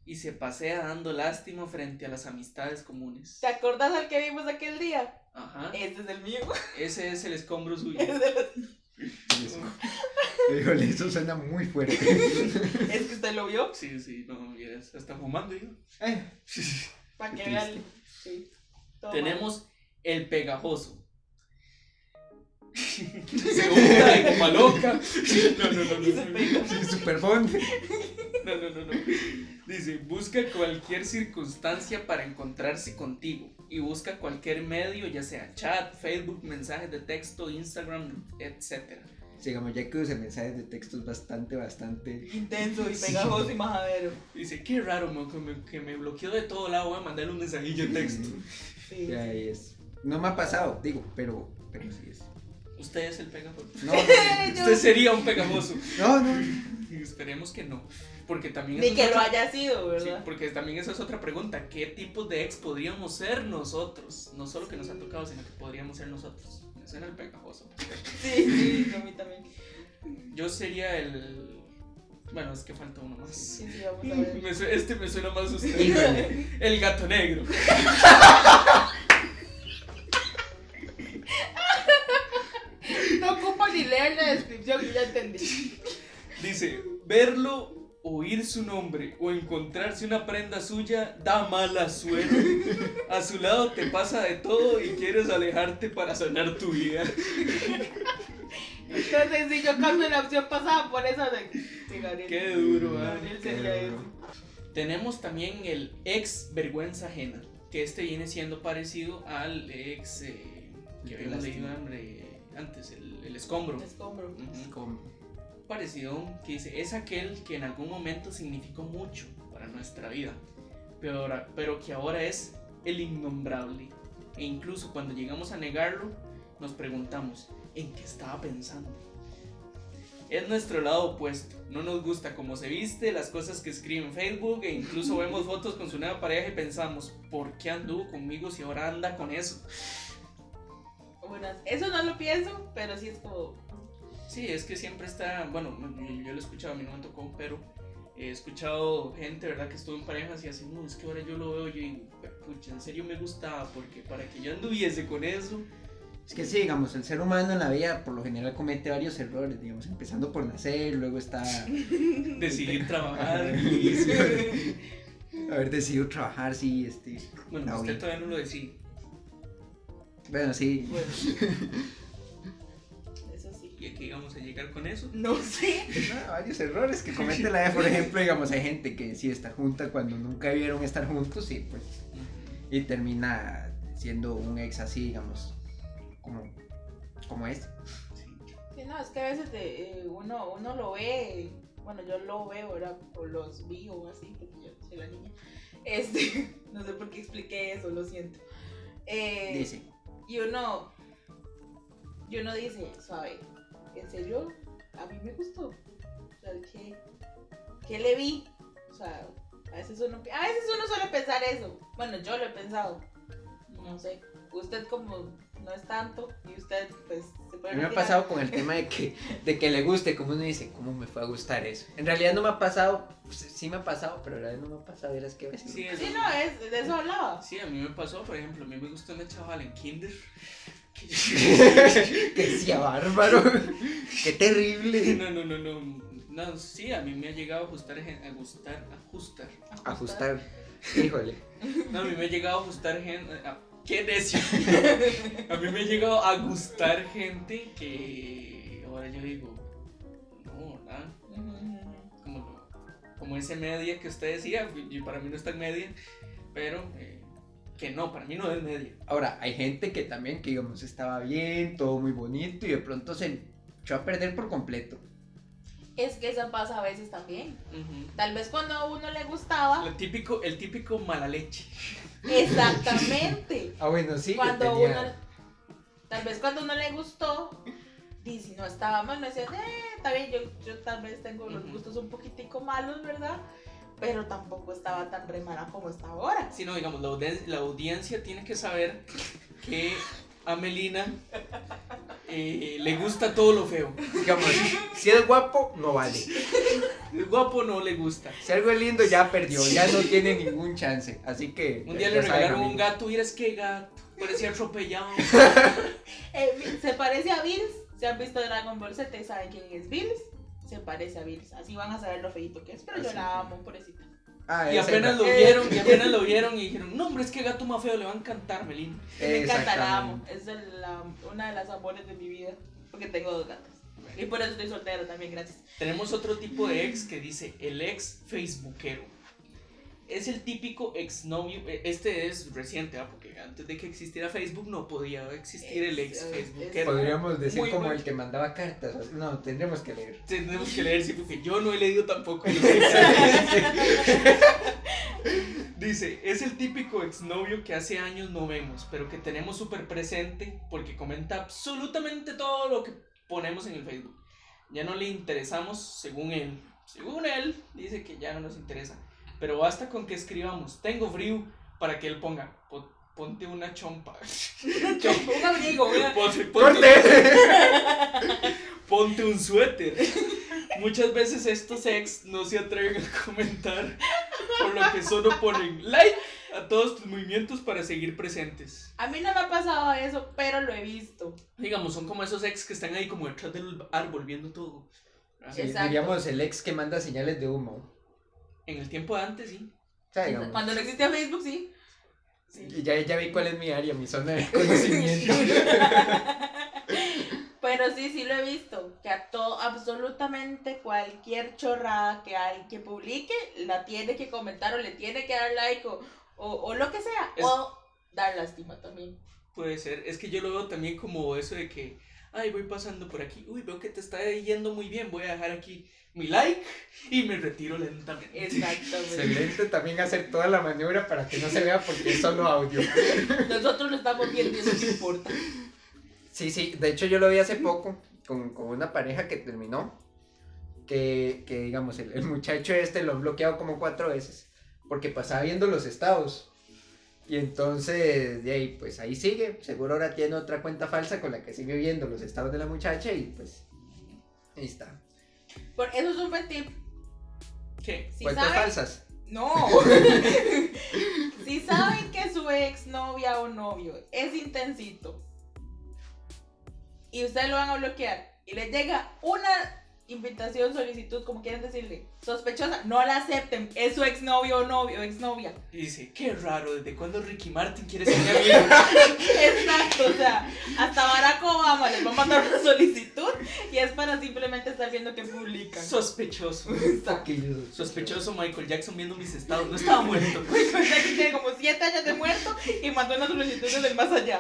Y se pasea dando lástima frente a las amistades comunes.
¿Te acordás al que vimos aquel día?
Ajá.
Ese es el mío.
Ese es el escombro suyo.
Ese es el-
Híjole, eso suena muy fuerte.
Es que usted lo vio.
Sí, sí, no, mira, se está fumando ¿eh? yo.
Ay,
Para
Qué
que vean. Sí. Todo
Tenemos el pegajoso. se junta de como loca. No, no, no,
mal.
no.
Y se pegó.
sí, super fun.
No, no, no, no. Dice, busca cualquier circunstancia para encontrarse contigo y busca cualquier medio, ya sea chat, Facebook, mensajes de texto, Instagram, etc.
Sigamos, ya que usa mensajes de textos bastante, bastante.
Intenso y pegajoso y majadero.
Dice, qué raro, mo, que me, que me bloqueó de todo lado, voy a mandarle un mensajillo de texto.
Sí.
Mm, Ya es. No me ha pasado, digo, pero, pero sí es.
Usted es el pegajoso.
No, no,
Yo-
Usted sería un pegajoso.
no, no, no.
Esperemos que no. Porque también
Ni
esa es
que lo
otra-
haya sido,
sí,
¿verdad?
porque también esa es otra pregunta. ¿Qué tipo de ex podríamos ser nosotros? No solo que nos ha tocado, sino que podríamos ser nosotros. Me suena el pegajoso.
Sí, sí, a mí también.
Yo sería el. Bueno, es que falta uno más.
Sí, sí, vamos a ver.
Me su- Este me suena más usted. El gato negro.
No ocupo ni leer la descripción y ya entendí.
Dice: verlo, oír su nombre o encontrarse una prenda suya da mala suerte. A su lado te pasa de todo y quieres alejarte para sanar tu vida.
Entonces, si yo cambio la opción pasada por esa de sí, Gabriel.
Qué duro, ah.
Gabriel
Qué
sería
duro.
ese.
Tenemos también el ex vergüenza ajena, que este viene siendo parecido al ex eh, que
El
habíamos leído
lástima.
hombre, antes, el, el escombro.
Escombro.
Ujú.
Como-
parecido que dice, es aquel que en algún momento significó mucho para nuestra vida, pero, ahora- pero que ahora es el innombrable. E incluso cuando llegamos a negarlo, nos preguntamos, ¿en qué estaba pensando? Es nuestro lado opuesto, no nos gusta cómo se viste, las cosas que escribe en Facebook e incluso vemos fotos con su nueva pareja y pensamos, ¿por qué anduvo conmigo si ahora anda con eso?
Bueno, eso no lo pienso, pero sí es como.
Sí, es que siempre está, bueno, yo, yo lo he escuchado, a mí no me tocó, pero he escuchado gente, ¿verdad? Que estuvo en parejas y así, no, es que ahora yo lo veo, yo digo, pucha, en serio me gustaba, porque para que yo anduviese con eso,
Es que sí, digamos, el ser humano en la vida por lo general comete varios errores, digamos, empezando por nacer, luego está
decidí trabajar. y- sí.
haber decidido trabajar, sí, este,
bueno, pues
No,
usted
bien.
todavía no lo decía.
bueno, sí,
Bueno. Eso sí.
¿Y aquí vamos a llegar con eso?
No sé.
Ah, varios errores que comete la vida, por ejemplo, digamos, hay gente que sí está junta cuando nunca debieron estar juntos y pues, y termina siendo un ex así, digamos, como, como es.
Sí, no, es que a veces te- eh, uno, uno lo ve. Bueno, yo lo veo, ¿verdad? O los vi o así, porque yo soy la niña. Este, no sé por qué expliqué eso, lo siento. Eh,
Dice,
Y uno, y uno dice, suave, ¿en serio? A mí me gustó. O sea, ¿qué, qué le vi? O sea, a veces uno, pi- a veces uno suele pensar eso. Bueno, yo lo he pensado. No sé. Usted como no es tanto y usted pues se
a
puede...
mí me ha
retirar.
pasado con el tema de que, de que le guste, como uno dice, ¿cómo me fue a gustar eso? En realidad no me ha pasado, sí sí me ha pasado, pero en realidad no me ha pasado, verás que a veces...
Sí,
Sí, no, es, de eso hablaba.
sí, a mí me pasó, por ejemplo, a mí me gustó una chaval en Kinder.
que sea bárbaro. Qué terrible.
No, no, no, no. No, sí, a mí me ha llegado a gustar, gen- a gustar, a gustar.
Ajustar. Híjole.
No, a mí me ha llegado a gustar gente. ¿Qué necio? A mí me ha llegado a gustar gente que. Ahora yo digo, ¿verdad?
Ujú.
Como, lo- como ese media que usted decía, y para mí no es tan media, pero eh, que no, para mí no es media.
Ahora, hay gente que también, que digamos, estaba bien, todo muy bonito y de pronto se echó a perder por completo.
Es que eso pasa a veces también.
Ujú.
Tal vez cuando a uno le gustaba.
Lo típico, el típico mala leche.
Exactamente.
Ah, bueno, sí, que
cuando
tenía-
uno tal vez cuando uno le gustó dice no estaba mal no decía eh está bien yo, yo tal vez tengo los
Ujú.
gustos un poquitico malos verdad pero tampoco estaba tan remana como está ahora
Si no, digamos, la, audien- la audiencia tiene que saber que a Melina eh, le gusta todo lo feo.
Digamos, si es guapo, no vale.
El guapo no le gusta.
Si algo es lindo, ya perdió, ya no tiene ningún chance. Así que.
Un día
ya
le
saben,
regalaron un
amigos.
gato, y es que gato, parecía atropellado.
Eh, vi- se parece a Bills si han visto Dragon Ball Z saben quién es Bills se parece a Bills así van a saber lo feito que es pero yo
Así.
la amo pobrecita
Ah,
Y
esa
apenas
era.
lo vieron, y apenas lo vieron y dijeron, no hombre, es que gato más feo, le va a encantar, Melina.
me encanta la amo
Exactamente.
es de la- una de las amores de mi vida porque tengo dos gatos y por eso estoy soltera también gracias
Tenemos otro tipo de ex que dice el ex facebookero. Es el típico ex novio, este es reciente, ¿ah? porque antes de que existiera Facebook no podía existir el ex
Ex, eh,
facebookero.
Podríamos decir
Muy
como
bueno.
el que mandaba cartas. o- No, tendremos que leer.
Tenemos que leer, sí, porque yo no he leído tampoco. los ex. Dice, es el típico exnovio que hace años no vemos, pero que tenemos súper presente porque comenta absolutamente todo lo que ponemos en el Facebook. Ya no le interesamos, según él. Según él, dice que ya no nos interesa. Pero basta con que escribamos, tengo frío, para que él ponga, "Po- ponte una chompa.
un abrigo una-
Ponte- ponte-
¡Corte!
Ponte un suéter. Muchas veces estos ex no se atreven a comentar, por lo que solo ponen like a todos tus movimientos para seguir presentes.
A mí no me ha pasado eso, pero lo he visto.
Digamos, son como esos ex que están ahí como detrás del árbol viendo todo.
Sí,
Exacto.
diríamos el ex que manda señales de humo. O
En el tiempo de antes, sí.
sea, digamos,
Cuando no existía Facebook, sí.
y ya, ya vi cuál es mi área, mi zona de conocimiento.
Pero sí, sí lo he visto. Que a todo, absolutamente cualquier chorrada que hay que publique, la tiene que comentar o le tiene que dar like o, o- o lo que sea.
Es-
O dar lástima también.
Puede ser. Es que yo lo veo también como eso de que, ay, voy pasando por aquí. Uy, veo que te está yendo muy bien. Voy a dejar aquí mi like y me retiro lentamente.
Exactamente.
Excelente también hacer toda la maniobra para que no se vea porque es solo audio.
Nosotros lo estamos viendo y eso no importa.
Sí, sí, de hecho yo lo vi hace poco con, con una pareja que terminó, que, que digamos, el, el muchacho este lo han bloqueado como cuatro veces, porque pasaba viendo los estados. Y entonces, de ahí, pues ahí sigue, seguro ahora tiene otra cuenta falsa con la que sigue viendo los estados de la muchacha y pues ahí está.
Por, eso es un buen tip.
¿Qué?
Si
Cuentas
saben
falsas.
No. si saben que su ex novia o novio es intensito y ustedes lo van a bloquear y les llega una invitación, solicitud, como quieran decirle, sospechosa, no la acepten. Es su ex novio o novio, ex novia.
Y dice, qué raro, ¿desde cuándo Ricky Martin quiere ser mi amigo?
Exacto, o sea, hasta Barack Obama les va a mandar una solicitud y es para simplemente estar viendo que publican.
Sospechoso. Sospechoso Michael Jackson viendo mis estados. No estaba muerto.
O sea, que tiene como siete años de muerto y mandó una solicitud desde el más allá.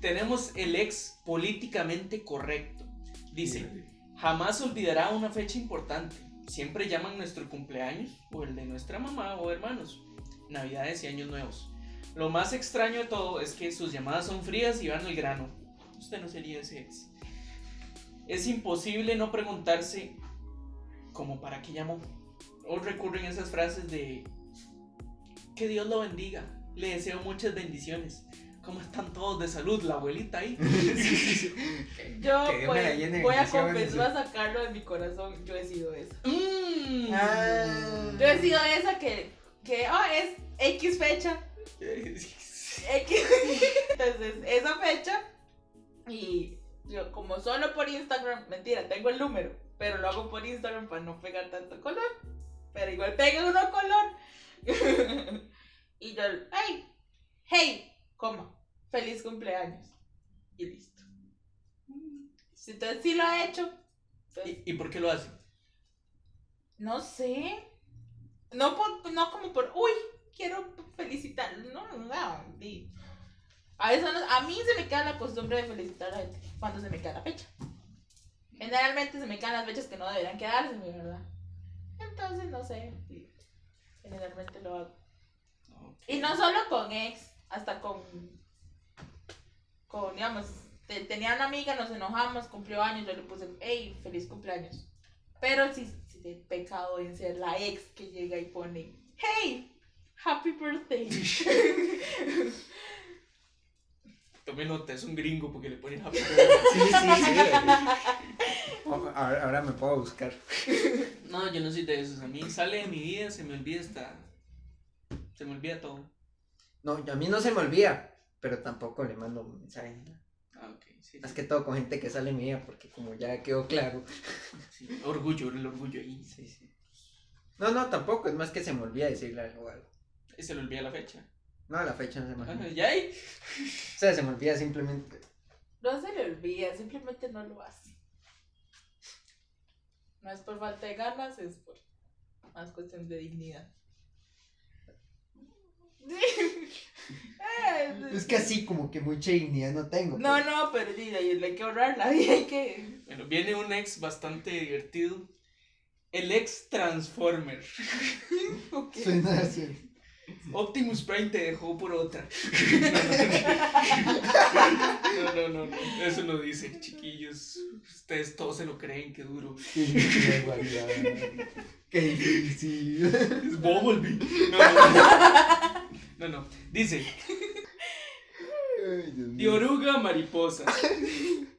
Tenemos el ex políticamente correcto. Dice, jamás olvidará una fecha importante. Siempre llaman nuestro cumpleaños o el de nuestra mamá o hermanos. Navidades y años nuevos. Lo más extraño de todo es que sus llamadas son frías y van al grano. Usted no sería ese ex. Es imposible no preguntarse como para qué llamó. O recurren esas frases de que Dios lo bendiga. Le deseo muchas bendiciones. ¿Cómo están todos de salud? La abuelita ahí.
Yo
Que Dios me la llene de
pues, voy a
bendiciones.
confesar, voy a sacarlo de mi corazón, yo he sido esa.
Mm.
Ah.
Yo he sido esa que, que ah, es X fecha, X. Entonces, esa fecha, y yo como solo por Instagram, mentira, tengo el número, pero lo hago por Instagram para no pegar tanto color, pero igual pega uno color. y yo, hey, hey, coma, feliz cumpleaños. Y listo. Entonces sí lo he hecho, Entonces,
¿Y, y por qué lo hacen?
No sé. No, por, no como por, uy, quiero felicitar. No, no, no. di. A, veces no- a mí se me queda la costumbre de felicitar a la gente cuando se me cae la fecha. Generalmente se me caen las fechas que no deberían quedarse, mi verdad. Entonces, no sé. di. Generalmente lo hago. Y no solo con ex, hasta con, con digamos, te- tenía una amiga, nos enojamos, cumplió años, yo le puse, hey, feliz cumpleaños. Pero si sí el pecado en ser la ex que llega y pone, hey, happy birthday.
Tome nota, es un gringo porque le ponen happy
Sí, sí, sí. O- Ahora, ahora me puedo buscar.
No, yo no soy de esos. A mí sale de mi vida, se me olvida esta. Se me olvida todo.
No, a mí no se me olvida, pero tampoco le mando mensajes.
Ah, ok. Sí,
Más
sí,
que todo con gente que sale mía, porque como ya quedó claro.
sí. Orgullo, el orgullo ahí.
Sí, sí. No, no, tampoco, es más que se me olvida decirle algo. o algo.
Y se le olvida la fecha.
No, la fecha no se me
Ah,
olvida.
¿Ya ahí?
O sea, se me olvida simplemente.
No se le olvida, simplemente no lo hace. No es por falta de ganas, es por más cuestión de dignidad. Eh,
Es que así como que mucha dignidad no tengo. pues.
No, no, pero sí, hay hay que ahorrarla y hay que...
Bueno, viene un ex bastante divertido. El ex Transformer.
Ok.
Suena así.
Optimus Prime te dejó por otra. No, no, no, no. Eso no dice, chiquillos. Ustedes todos se lo creen, qué duro.
Sí, qué barbaridad. Qué difícil.
Es Bumblebee. No, no, no. No, no. Dice,
Ay, Dios mío.
Dioruga mariposa.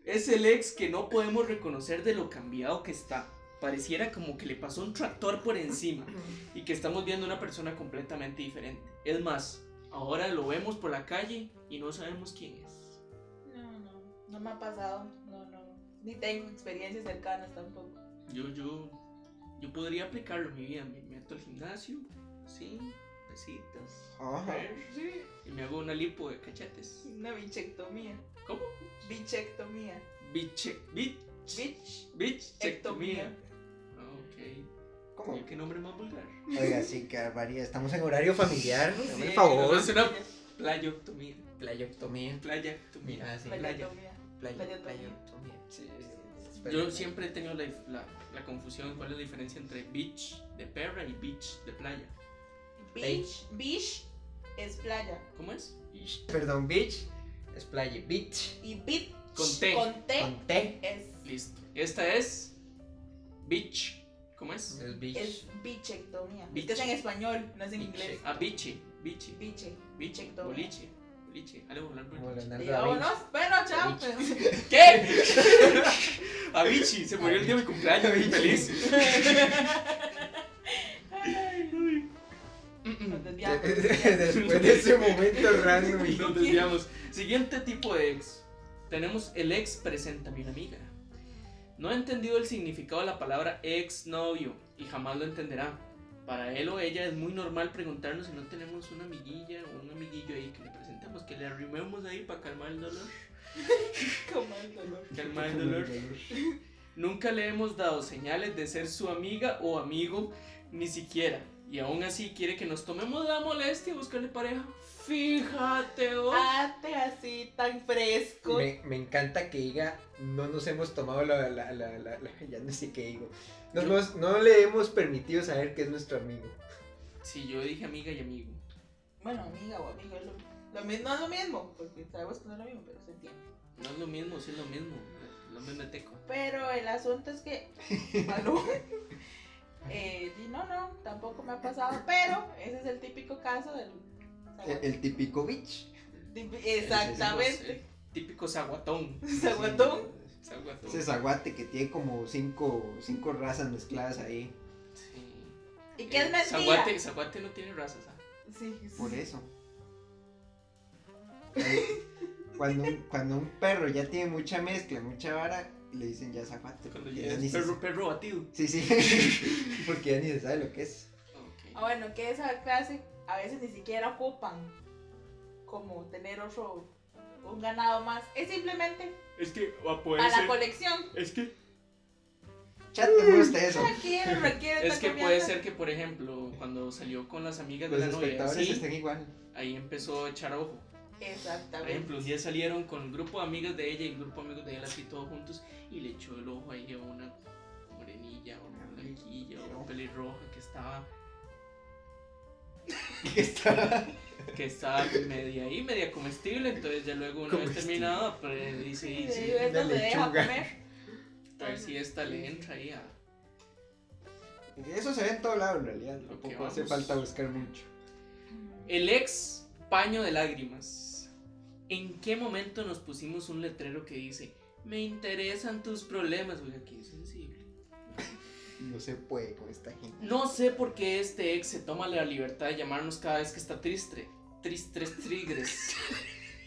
Es el ex que no podemos reconocer de lo cambiado que está. Pareciera como que le pasó un tractor por encima y que estamos viendo una persona completamente diferente. Es más, ahora lo vemos por la calle y no sabemos quién es.
No, no, no me ha pasado, no, no. Ni tengo experiencias cercanas tampoco.
Yo, yo, yo podría aplicarlo en mi vida. Me meto al gimnasio, así, pesitas,
Ajá.
Sí,
y me hago una lipo de cachetes.
una bichectomía.
¿Cómo?
Bichectomía.
Biche, bich,
Bich.
bichectomía. Ah, Ok.
¿Cómo?
¿Qué nombre más vulgar?
Oiga, sí, qué barbaridad. Estamos en horario familiar. Dame
Sí,
el favor.
no, Es una playoctomía.
Playoctomía.
Playoctomía.
Mira, sí.
Bichectomía.
Playa,
Playoctomía.
playoctomía.
Sí,
sí.
Yo siempre he tenido la, la, la confusión cuál es la diferencia entre beach de perra y beach de playa.
Beach. Beach es playa.
¿Cómo es?
Perdón, beach es playa. Beach
Y beach
Con T.
con T
con T
es,
Listo. Esta es beach. ¿Cómo es?
es beach.
es bichectomía.
Bich.
Este es en español, no es en inglés.
Ah, biche, biche,
Biche.
biche,
Bichectomía.
boliche, boliche. Ah, Ale, volar,
Como
boliche.
Leonardo
Y
da Vinci.
vámonos. Bueno, chao. pues.
¿Qué? A bichi, Ah, se murió el día de mi cumpleaños,
Bichi.
feliz.
Nos desviamos.
Después de ese momento random.
Y nos desviamos. Siguiente tipo de ex. Tenemos el ex preséntame una amiga. No ha entendido el significado de la palabra ex novio y jamás lo entenderá. Para él o ella es muy normal preguntarnos si no tenemos una amiguilla o un amiguillo ahí que le presentemos, que le arrimemos ahí para calmar el dolor.
Como el dolor.
Calmar el dolor. Nunca le hemos dado señales de ser su amiga o amigo, ni siquiera. Y aún así quiere que nos tomemos la molestia de buscarle pareja. Fíjate, oh. vos.
Ate así tan fresco.
Me, me encanta que diga, no nos hemos tomado la, la, la, la, la- ya no sé qué digo. No, nos- no le hemos permitido saber que es nuestro amigo.
Sí, yo dije amiga y amigo.
Bueno, amiga o amigo es lo, lo mismo. No es lo mismo, porque sabemos que no es lo mismo, pero se entiende.
No es lo mismo, sí es lo mismo. Lo mismo teco.
Pero el asunto es que. Aló. Eh, di, no, no, tampoco me ha pasado, pero ese es el típico caso del.
Eh,
típico bitch.
Tipi- Exactamente.
Ese es Típico zaguatón.
Zaguatón.
Zaguatón.
zaguate que tiene como cinco, cinco razas mezcladas ahí.
Sí.
¿Y qué es
Eh,
mentira?
Zaguate, zaguate no tiene razas. ¿ah?
Sí, sí.
eso. Cuando un, cuando un perro ya tiene mucha mezcla, mucha vara, le dicen ya zaguate.
Cuando ya es perro, perro batido.
Sí, sí. porque ya ni se sabe lo que es.
Ah,
Ok.
bueno, que esa clase a veces ni siquiera ocupan como tener otro. Un ganado más. Es simplemente
Es que va a
para
poder
la
ser.
colección.
Es que.
Chat,
Mm.
me gusta eso.
Requiere, requiere
Es
esta
que puede
confianza.
ser que, por ejemplo, cuando salió con las amigas de
Los
la novia,
espectadores
sí,
están igual.
ahí empezó a echar ojo. Por
Exactamente.
ejemplo, un día salieron con el grupo de amigas de ella y el grupo de amigos de él así todos juntos y le echó el ojo ahí a una morenilla, a una blanquilla, a una pelirroja que estaba,
Está-
que estaba media ahí, media comestible, entonces ya luego una vez
Comestible.
terminado, pues dice,
Sí,
"Y sí,
eso
una
se deja
lechuga.
comer.
a ver si esta le entra ahí a...
Eso se ve en todo lado en realidad. Tampoco hace
vamos.
falta buscar mucho.
El ex paño de lágrimas. ¿En qué momento nos pusimos un letrero que dice, me interesan tus problemas? Oiga, qué sensible.
No se puede con esta gente.
No sé por qué este ex se toma la libertad de llamarnos cada vez que está triste. Tristres trigres.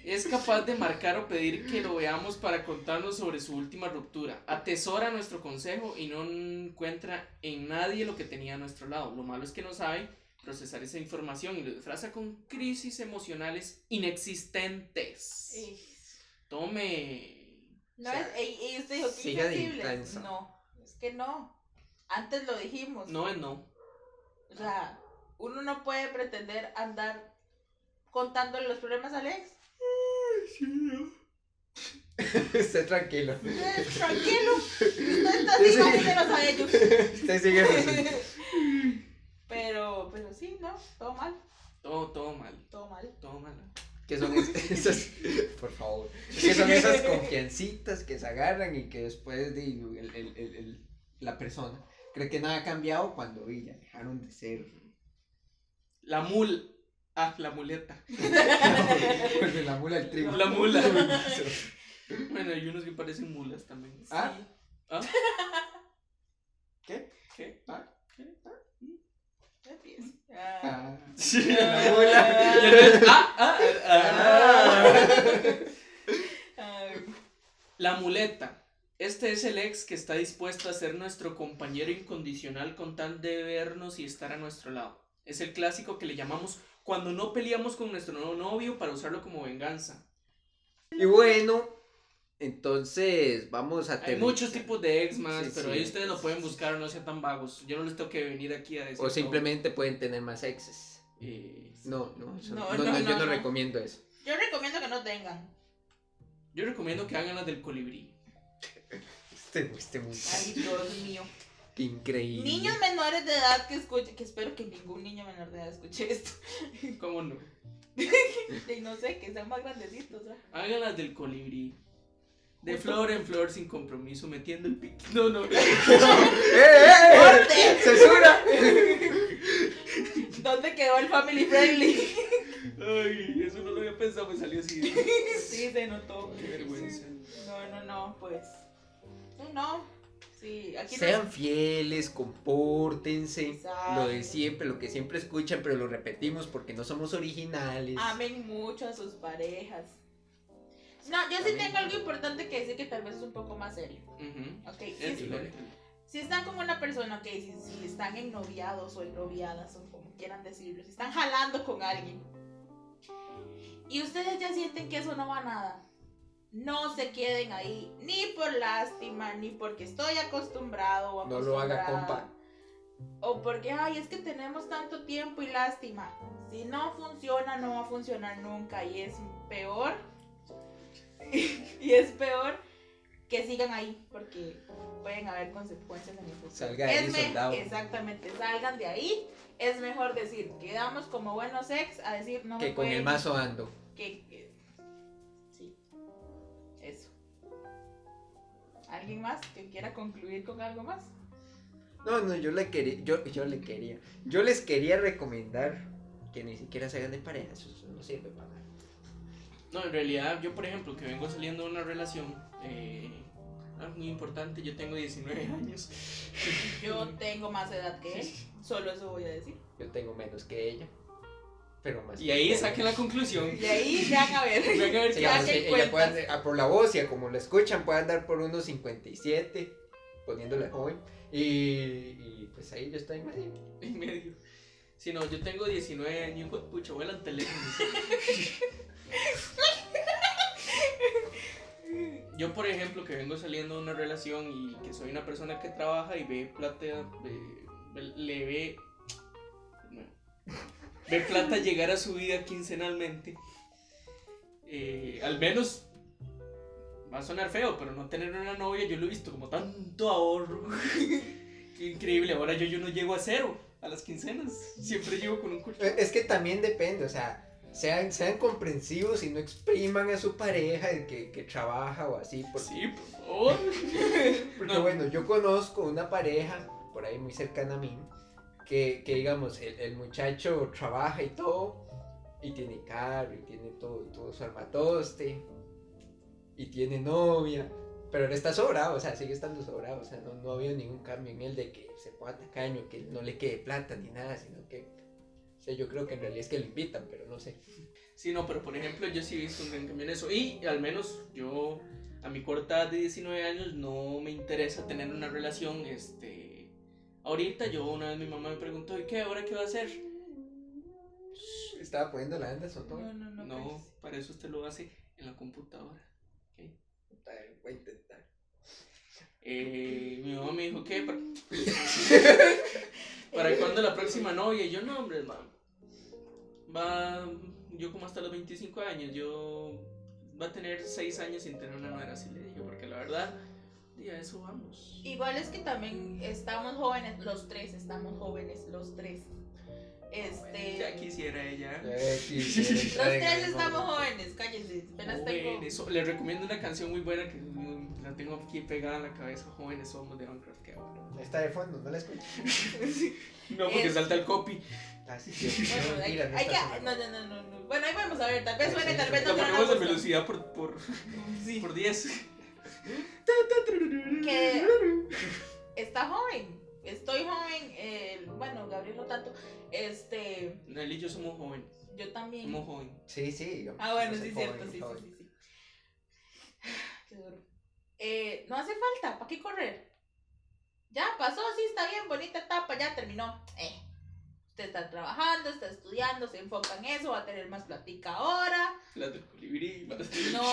Es capaz de marcar o pedir que lo veamos para contarnos sobre su última ruptura. Atesora nuestro consejo y no encuentra en nadie lo que tenía a nuestro lado. Lo malo es que no sabe procesar esa información y lo disfraza con crisis emocionales inexistentes.
Y-
Tome.
No
O sea,
es, y, y usted dijo que
siga de
insensible.
intenso.
No, es que no. Antes lo dijimos.
No es no.
O sea, uno no puede pretender andar contándole los problemas al ex.
Esté tranquilo.
Usted, tranquilo. Usted está así, mándatelos a ellos.
Usted sigue así.
pero, pero sí, no, todo mal,
Todo, todo mal.
todo mal.
Todo mal.
¿Qué son es- esas? Por favor. ¿Qué son esas confiancitas que se agarran y que después de, el- el- el- el- la persona cree que nada ha cambiado cuando y ya dejaron de ser?
La mul. Ah, la muleta.
Porque Pues la mula al trigo.
La mula. Bueno, hay unos que parecen mulas también.
¿Ah?
Sí.
¿Qué?
¿Qué?
Ya pienso. Ah,
La
Ah,
mula.
Y entonces, ah, ah, ah, ah.
Ah.
ay,
La muleta. Este es el ex que está dispuesto a ser nuestro compañero incondicional con tal de vernos y estar a nuestro lado. Es el clásico que le llamamos cuando no peleamos con nuestro nuevo novio para usarlo como venganza.
Y bueno, entonces vamos a
Hay
tener.
muchos tipos de ex más,
Sí,
pero
sí.
ahí ustedes lo pueden buscar, no sean tan vagos. Yo no les tengo que venir aquí a decir.
O
todo.
simplemente pueden tener más exes.
Eh,
No, no, eso-
No,
no, no,
no,
yo
no,
no
no.
recomiendo eso.
Yo recomiendo que no tengan.
yo recomiendo que hagan las del colibrí.
Este, este
Ay, Dios mío.
Qué increíble.
Niños menores de edad que escuchen, que espero que ningún niño menor de edad escuche esto.
¿Cómo no?
Y no sé, que sean más grandecitos. ¿verdad?
Háganlas del colibrí. De flor en flor sin compromiso, metiendo el pique. No, no.
¡Eh, eh, eh!
¡Corte!
¡Censura!
¿Dónde quedó el family friendly?
Ay, eso no lo había pensado, me salió así.
sí, se notó.
Qué vergüenza.
No, no, no, pues. No, no. Sí, aquí no.
Sean fieles, compórtense.
Exacto.
Lo de siempre, lo que siempre escuchan, pero lo repetimos porque no somos originales.
Ah,
Amen mucho a sus parejas. No, yo sí
Amén.
tengo algo importante que decir que tal vez es un poco más serio.
Ujú.
Ok, si,
El flor.
si están como una persona, ok, si, si están ennoviados o ennoviadas o como quieran decirlo, si están jalando con alguien y ustedes ya sienten que eso no va a nada, no se queden ahí ni por lástima, ni porque estoy acostumbrado o
No lo haga,
acostumbrada.
compa.
O porque, ay, es que tenemos tanto tiempo y lástima. Si no funciona, no va a funcionar nunca. Y es peor. y es peor que sigan ahí. Porque pueden haber consecuencias en el futuro.
Salga de ahí,
Es me-
soldado.
Exactamente, salgan de ahí. Es mejor decir, quedamos como buenos ex a decir, no me
Que con el
pueden-
mazo ando.
Que, que- Sí. Eso. ¿Alguien más que quiera concluir con algo más?
No, no, yo le quería, yo, yo le quería. Yo les quería recomendar que ni siquiera se hagan de pareja, eso no sirve para nada.
No, en realidad, yo por ejemplo, que vengo saliendo de una relación eh, ah, muy importante, yo tengo 19 años.
Yo tengo más edad que él, solo eso voy a decir.
Yo tengo menos que ella, pero más.
Y
que
ahí
ella.
saquen la conclusión.
Y ahí ya van a ver.
Venga a ver
Sí,
qué
ya
digamos,
hace.
que
ella
cuentas.
puede andar- ah, por la voz, y como la escuchan, puede andar por unos 57, poniéndola joven. Y, y pues ahí yo estoy en medio.
en medio. Si no, yo tengo 19 años, hijo de pucha, vuela el teléfono. yo, por ejemplo, que vengo saliendo de una relación y que soy una persona que trabaja y ve plata, ve- ve- le ve, no. ve plata llegar a su vida quincenalmente, eh, al menos va a sonar feo, pero no tener una novia, yo lo he visto como tanto ahorro. Qué increíble, ahora yo, yo no llego a cero a las quincenas, siempre llego con un colchón.
Eh, Es que también depende, o sea, sean, sean comprensivos y no expriman a su pareja el que, que trabaja o así. Porque,
Sí, por favor.
porque
No.
bueno, yo conozco una pareja por ahí muy cercana a mí, que, que digamos, el, el muchacho trabaja y todo, y tiene carro, y tiene todo, todo su armatoste, y tiene novia. Pero él está sobrado, o sea, sigue estando sobrado, o sea, no, no ha habido ningún cambio en él de que se pueda tacaño, que no le quede plata ni nada, sino que, o sea, yo creo que en realidad es que lo invitan, pero no sé.
Sí, no, pero por ejemplo, yo sí he visto un gran cambio en eso. Y al menos yo, a mi corta edad de 19 años, no me interesa tener una relación. Este. Ahorita yo una vez mi mamá me preguntó, ¿y qué? ¿Ahora qué va a hacer?
Estaba poniendo la banda sonora.
No, no, no.
No,
pues.
para eso usted lo hace en la computadora.
Puta, Voy a intentar.
Eh, mi mamá me dijo, ¿qué? ¿Para, ¿Para cuándo la próxima novia? Y yo, no, hombre, va. Va. Yo, como hasta los 25 años, yo. Va a tener 6 años sin tener una nuera, así le dije, porque la verdad, y a eso vamos.
Igual es que también estamos jóvenes, los tres estamos jóvenes, los tres. Este.
Ya quisiera ella.
Eh, sí, sí,
Los
Los tres
traigan,
estamos
no.
jóvenes, cállense. Apenas tengo.
Jóvenes, so- les recomiendo una canción muy buena que mm, la tengo aquí pegada en la cabeza. Jóvenes somos de Minecraft. qué bueno.
Está de fondo, no la escucho.
No, porque
Es-
salta el copy.
Así que,
Bueno, hay,
mentira, no
hay
está
que. No,
sonando.
no, no, no, no. Bueno, ahí vamos a ver. Tal vez suene, tal vez
La
no. me van a
ponemos en
gustar.
velocidad por, por,
Sí.
por 10.
Que está joven. Estoy joven. eh, bueno, Gabriel no tanto. Este.
Noel y yo somos jóvenes.
Yo también.
Somos jóvenes.
Sí, sí. digamos,
Ah, bueno,
no
sí,
sé,
es
joven,
cierto, sí,
joven.
sí, sí, sí. Qué duro. Eh, no hace falta, ¿para qué correr? Ya pasó, sí, está bien, bonita etapa, ya terminó. Eh, usted está trabajando, está estudiando, se enfoca en eso, va a tener más platica ahora.
Las del colibrí. las-
No,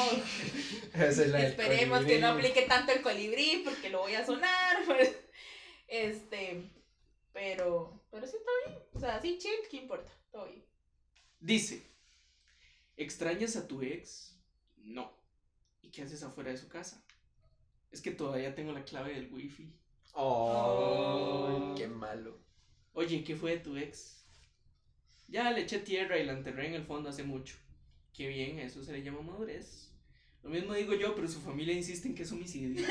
Esa es la del
esperemos que no
colibrí.
aplique tanto el colibrí porque lo voy a sonar. pues, Este, pero, pero sí está bien. O sea, sí, chill, ¿qué importa? Todo bien.
Dice: ¿Extrañas a tu ex? No. ¿Y qué haces afuera de su casa? Es que todavía tengo la clave del wifi.
Oh, qué malo.
Oye, ¿qué fue de tu ex? Ya le eché tierra y la enterré en el fondo hace mucho. Qué bien, a eso se le llama madurez. Lo mismo digo yo, pero su familia insiste en que es homicidio.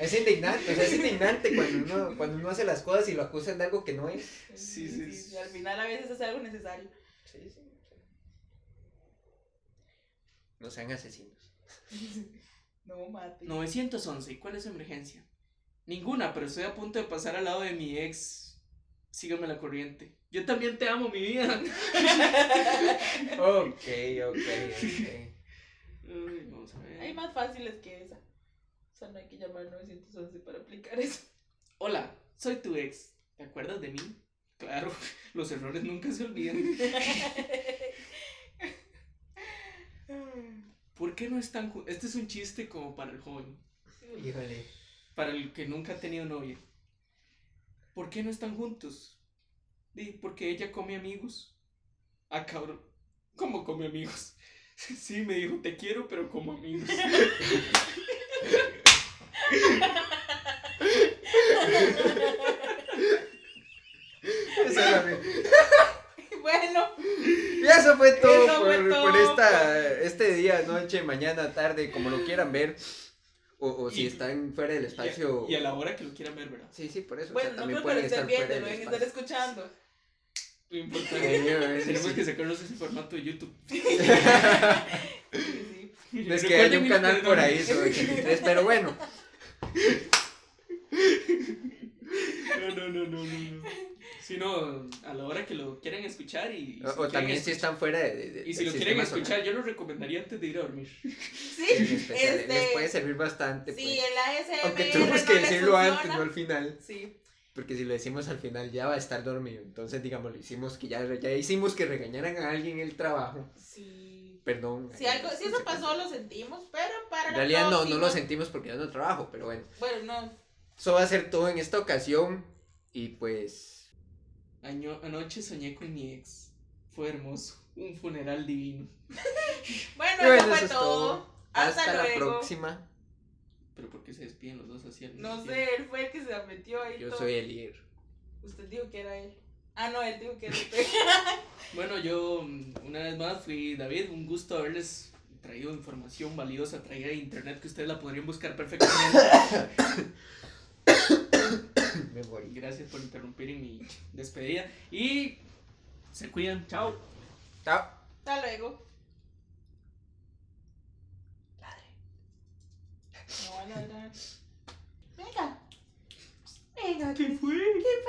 Es indignante, o sea, es indignante cuando uno, cuando uno hace las cosas y lo acusan de algo que no es.
Sí, sí, sí.
Al final a veces es algo necesario.
Sí, sí. No sean asesinos.
No mate.
911, ¿y cuál es su emergencia? Ninguna, pero estoy a punto de pasar al lado de mi ex. Sígame la corriente. Yo también te amo, mi vida.
Ok, ok, ok.
Ay, vamos a ver.
Hay más fáciles que esa. O sea, no hay que llamar 911 para aplicar eso.
Hola, soy tu ex. ¿Te acuerdas de mí? Claro, los errores nunca se olvidan. ¿Por qué no están ju- Este es un chiste como para el joven.
Híjole.
Para el que nunca ha tenido novia. ¿Por qué no están juntos? Di, porque ella come amigos. Ah, cabrón. ¿Cómo come amigos? Sí, me dijo, te quiero, pero como amigos.
Eso era mi-
bueno,
Y eso fue todo,
Eso fue
por,
todo
por esta, este día, noche, mañana, tarde, como lo quieran ver. O, o si
Y-
están fuera del espacio.
Y a, y a la hora que lo quieran ver, ¿verdad?
Sí, sí, por eso. o sea,
bueno, no
también
creo que lo
pueden
estén
estar fuera
viendo, lo
del
deben estar
espacio.
escuchando.
No importa.
Eh, sí,
Tenemos
sí.
que sacarnos ese formato de YouTube.
Sí, sí.
Es que hay
Recuerden
un
mi
canal por ahí
nombre.
sobre 83, pero bueno.
No, no, no, no, no. no. Si no, a la hora que lo quieran escuchar y. y si
O, o
quieren
también
escuchar-
si están fuera de, de-
Y si
del
lo quieren
sistema solar.
escuchar, yo lo recomendaría antes de ir a dormir.
Sí,
En especial, les puede
este.
servir bastante.
Sí,
pues.
el ASMR.
Aunque tuvimos
no
que
les
decirlo antes,
funciona.
no al final.
Sí,
Porque si lo decimos al final ya va a estar dormido. Entonces, digamos, lo hicimos que ya, ya hicimos que regañaran a alguien en el trabajo.
sí.
perdón.
Si, algo, si eso pasó, lo sentimos, pero para
pues. En
la
realidad no, no
próxima-
lo sentimos porque ya no trabajo, pero bueno.
Bueno, no.
Eso va a ser todo en esta ocasión. Y pues.
Año- anoche soñé con mi ex. Fue hermoso. Un funeral divino.
Bueno,
bueno,
eso fue
es
todo. Hasta,
Hasta, la
luego.
próxima.
Pero ¿por qué se despiden los dos así al mismo
No
tiempo?
sé, él fue el que se la metió ahí.
Yo
todo.
soy el líder.
Usted dijo que era él. Ah, no, él dijo que era usted.
Bueno, yo mm, una vez más fui David, un gusto haberles traído información valiosa, traída de internet que ustedes la podrían buscar perfectamente.
Me morí.
Gracias por interrumpir en mi despedida y se cuidan, chao.
Chao.
Hasta luego. No van a hablar. Venga. Venga,
¿Qué fue?